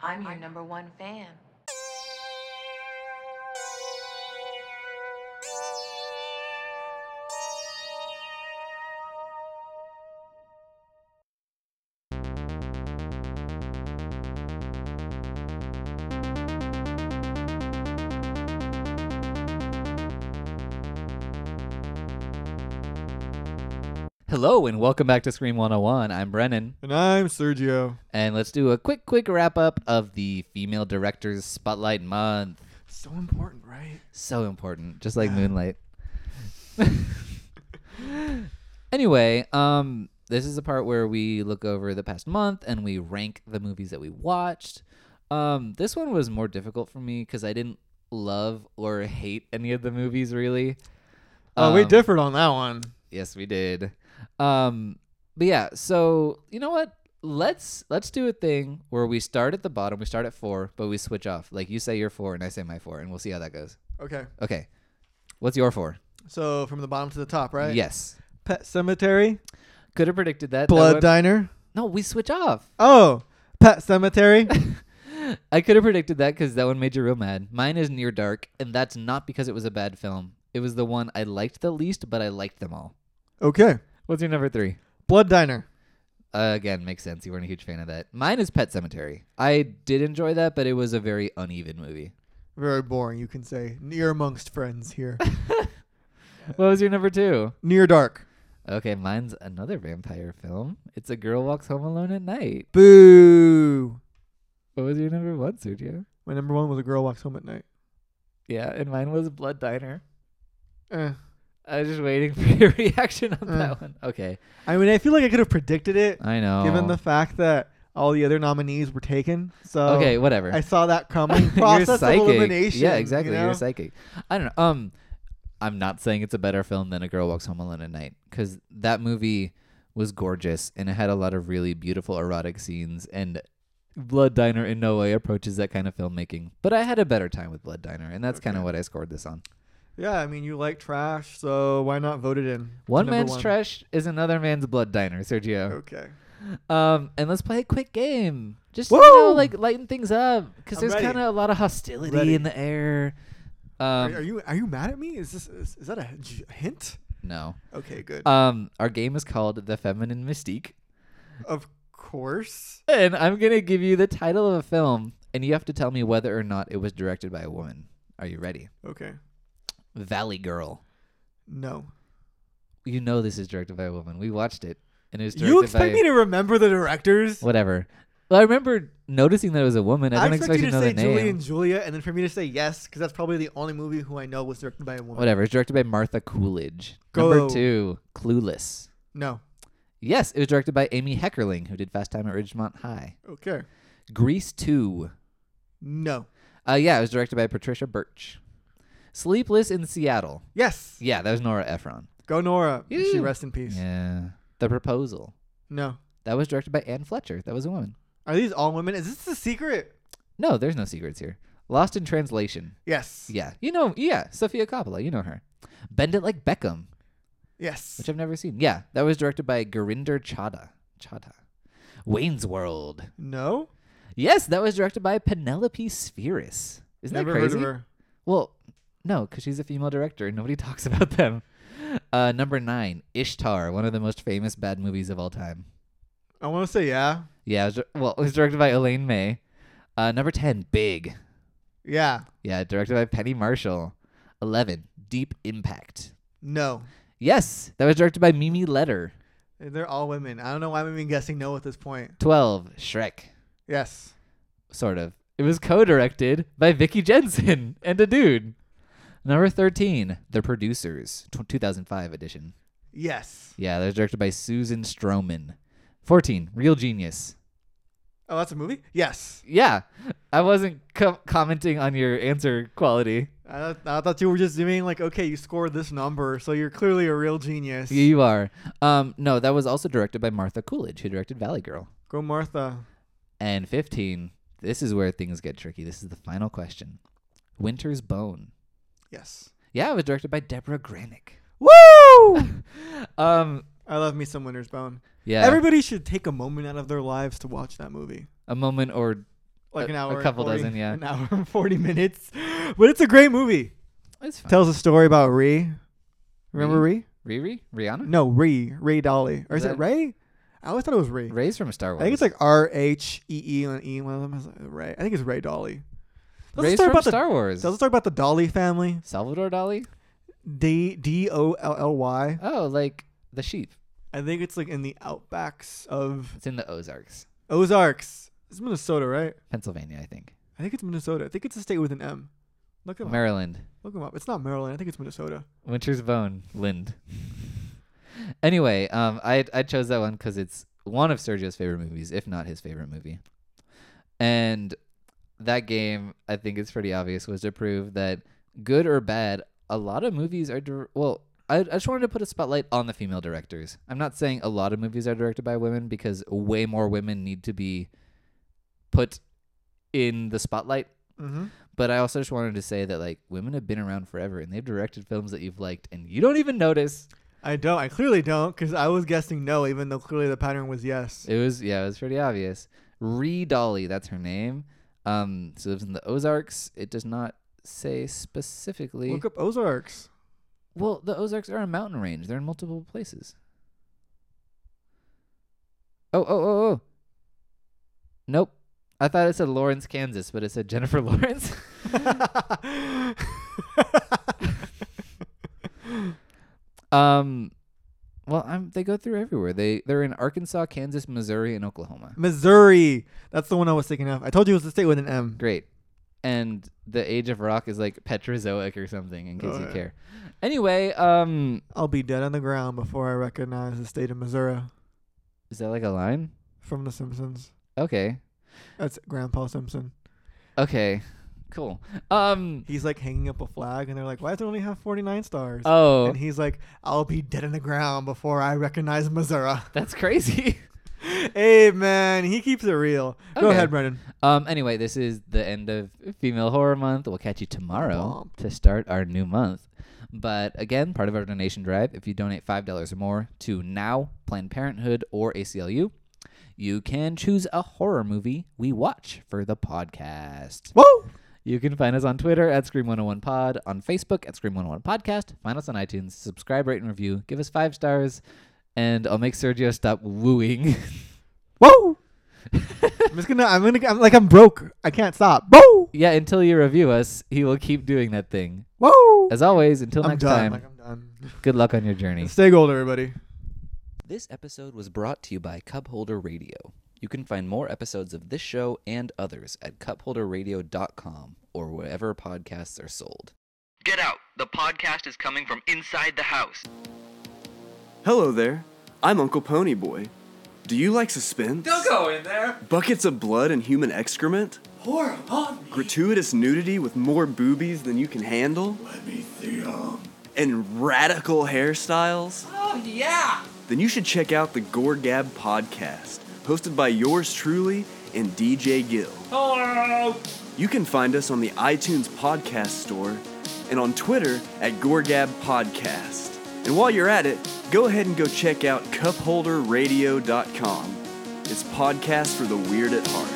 I'm your number one fan. Hello and welcome back to Scream 101. I'm Brennan, And I'm Sergio. and let's do a quick, quick wrap up of the Female Directors Spotlight Month. So important, right? So important, just like Moonlight. anyway, um, this is the part where we look over the past month and we rank the movies that we watched. Um, this one was more difficult for me because I didn't love or hate any of the movies really. Oh, we Um, differed on that one. Yes, we did. Um, but yeah, so you know what? Let's let's do a thing where we start at the bottom. We start at four, but we switch off. Like you say your four, and I say my four, and we'll see how that goes. Okay. Okay, what's your four? So from the bottom to the top, right? Yes, Pet Cemetery, could have predicted that. That Blood one- Diner. no, we switch off. Oh, Pet Cemetery. I could have predicted that because that one made you real mad. Mine is Near Dark, and that's not because it was a bad film. It was the one I liked the least, but I liked them all. okay. What's your number three? Blood Diner. Uh, again, makes sense. You weren't a huge fan of that. Mine is Pet Cemetery. I did enjoy that, but it was a very uneven movie. Very boring, you can say. Near amongst friends here. What was your number two? Near Dark. Okay, mine's another vampire film. It's a girl walks home alone at night. Boo. What was your number one, Sergio? My number one was A Girl Walks Home at Night. Yeah, and mine was Blood Diner. Eh. I was just waiting for your reaction on Uh. that one. Okay, I mean, I feel like I could have predicted it I know. given the fact that all the other nominees were taken. So okay, whatever. I saw that coming. You're Process of psychic. elimination. Yeah, exactly. You You know? are psychic. I don't know. Um, I'm not saying it's a better film than A Girl Walks Home Alone at Night because that movie was gorgeous and it had a lot of really beautiful erotic scenes and Blood Diner in no way approaches that kind of filmmaking. But I had a better time with Blood Diner, and that's kind of Okay. what I scored this on. Yeah, I mean, you like trash, so why not vote it in? One Number man's trash is another man's blood diner, Sergio. Okay. Um, and let's play a quick game. Just you know, Woo! like lighten things up because I'm there's ready. kind of a lot of hostility Ready. in the air. Um, are, are you are you mad at me? Is this is, is that a j- hint? no. Okay, good. Um, our game is called The Feminine Mystique, of course. and I'm gonna give you the title of a film, and you have to tell me whether or not it was directed by a woman. Are you ready? Okay. Valley Girl. No. You know this is directed by a woman. We watched it, and it was directed You expect by me to remember the directors? whatever. Well, I remember noticing that it was a woman. I I don't expect you to know the say name. Julie and Julia, and then for me to say yes, because that's probably the only movie who I know was directed by a woman. Whatever. It's directed by Martha Coolidge. Go. Number two, Clueless. No. Yes, it was directed by Amy Heckerling, who did Fast Time at Ridgemont High. Okay. Grease two. No. Uh, yeah, it was directed by Patricia Birch. Sleepless in Seattle. Yes. Yeah, that was Nora Ephron. Go Nora. May She Ew. rest in peace. Yeah. The Proposal. No. That was directed by Anne Fletcher. That was a woman. Are these all women? Is this the secret? No, there's no secrets here. Lost in Translation. Yes. Yeah. You know, yeah, Sophia Coppola. You know her. Bend It Like Beckham, Yes. which I've never seen. Yeah, that was directed by Gurinder Chadha. Chadha. Wayne's World. no. Yes, that was directed by Penelope Spheris. Isn't Never that heard crazy? of her. Well, no, because she's a female director and nobody talks about them. Uh, number nine, Ishtar, one of the most famous bad movies of all time. I want to say yeah. Yeah, it was, dir- well, it was directed by Elaine May. Uh, number 10, Big. Yeah. Yeah, directed by Penny Marshall. 11, Deep Impact. No. Yes, that was directed by Mimi Letter. They're all women. I don't know why I'm even guessing no at this point. 12, Shrek. Yes. Sort of. It was co directed by Vicky Jensen and a dude. Number 13, The Producers, tw 2005 edition. Yes. Yeah, that was directed by Susan Stroman. 14, Real Genius. Oh, that's a movie? Yes. Yeah, I wasn't co- commenting on your answer quality. I, thought- I thought you were just doing like, okay, you scored this number, so you're clearly a real genius. Yeah, You are. Um, no, that was also directed by Martha Coolidge, who directed Valley Girl. Go, Martha. And 15, this is where things get tricky. This is the final question Winter's Bone. Yes. Yeah, it was directed by Deborah Granick. Woo! Um, I love me some Winter's Bone. yeah, Everybody should take a moment out of their lives to watch that movie. a moment or like A- an a hour, and couple 40 dozen, yeah. Uh-huh. an hour and forty minutes. But it's a great movie. It's fine. Tells a story about Ree. Remember Ree? Riri? Rihanna? No, Ree. Ray Dolly, or is Is it that- Ray? I always thought it was Ree. Ray's from Star Wars. I think it's like R H E E and E. One of them is like Ray. I think it's Ray Dolly. Doesn't Ray's start from about the- Star Wars. Tells a story about the Dolly family. Salvador Dali? D D O L L Y. Oh, like the sheep. I think it's like in the outbacks of It's in the Ozarks, Ozarks. It's Minnesota, right? Pennsylvania, I think. I think it's Minnesota. I think it's a state with an M. Look him up. Maryland. Look him up. It's not Maryland. I think it's Minnesota. Winter's Bone, Lind. anyway, um, I I chose that one because it's one of Sergio's favorite movies, if not his favorite movie. And that game, I think it's pretty obvious, was to prove that good or bad, a lot of movies are. dir- well, I, I just wanted to put a spotlight on the female directors. I'm not saying a lot of movies are directed by women because way more women need to be put in the spotlight Mm-hmm. but I also just wanted to say that like women have been around forever and they've directed films that you've liked and you don't even notice. I don't. I clearly don't because I was guessing no, even though clearly the pattern was yes. It was yeah, it was pretty obvious. Ree Dolly, that's her name. Um, she lives in the Ozarks. It does not say specifically. Look up Ozarks. well, the Ozarks are a mountain range. They're in multiple places. Oh oh oh oh. Nope. I thought it said Lawrence, Kansas, but it said Jennifer Lawrence. um, well, I'm, they go through everywhere. They they're in Arkansas, Kansas, Missouri, and Oklahoma. Missouri. That's the one I was thinking of. I told you it was a state with an M. Great. And the age of rock is like Petrozoic or something, in case Oh, you yeah. care. Anyway, um, I'll be dead on the ground before I recognize the state of Missouri is that like a line? from The Simpsons. Okay, That's Grandpa Simpson. okay, cool. Um, He's like hanging up a flag, and they're like, "Why does it only have 49 stars?" oh, And he's like, "I'll be dead on the ground before I recognize Missouri." that's crazy. hey man, he keeps it real. Go Okay. ahead, Brendan. Um, anyway, this is the end of Female Horror Month. We'll catch you tomorrow Womp. to start our new month. But again, part of our donation drive, if you donate $5 or more to Now, Planned Parenthood, or ACLU, you can choose a horror movie we watch for the podcast. Whoa. You can find us on Twitter at Scream101pod, on Facebook at Scream101podcast, find us on iTunes, subscribe, rate, and review, give us five stars, and I'll make Sergio stop wooing. Whoa. I'm just gonna. I'm gonna. I'm like. I'm broke. I can't stop. Whoa. yeah, until you review us, he will keep doing that thing. Whoa. As always, until I'm next done. time, Like I'm done. good luck on your journey. Stay gold, everybody. This episode was brought to you by Cupholder Radio. You can find more episodes of this show and others at cupholderradio.com or wherever podcasts are sold. Get out. The podcast is coming from inside the house. Hello there. I'm Uncle Ponyboy. Do you like suspense? Don't go in there. Buckets of blood and human excrement? Horror upon me. Gratuitous nudity with more boobies than you can handle? Let me see them. And radical hairstyles? Oh, yeah. Then you should check out the Gore Gab podcast, hosted by yours truly and DJ Gill. Hello. You can find us on the iTunes podcast store and on Twitter at Gorgab Podcast. And while you're at it, go ahead and go check out cupholderradio.com. It's podcast for the weird at heart.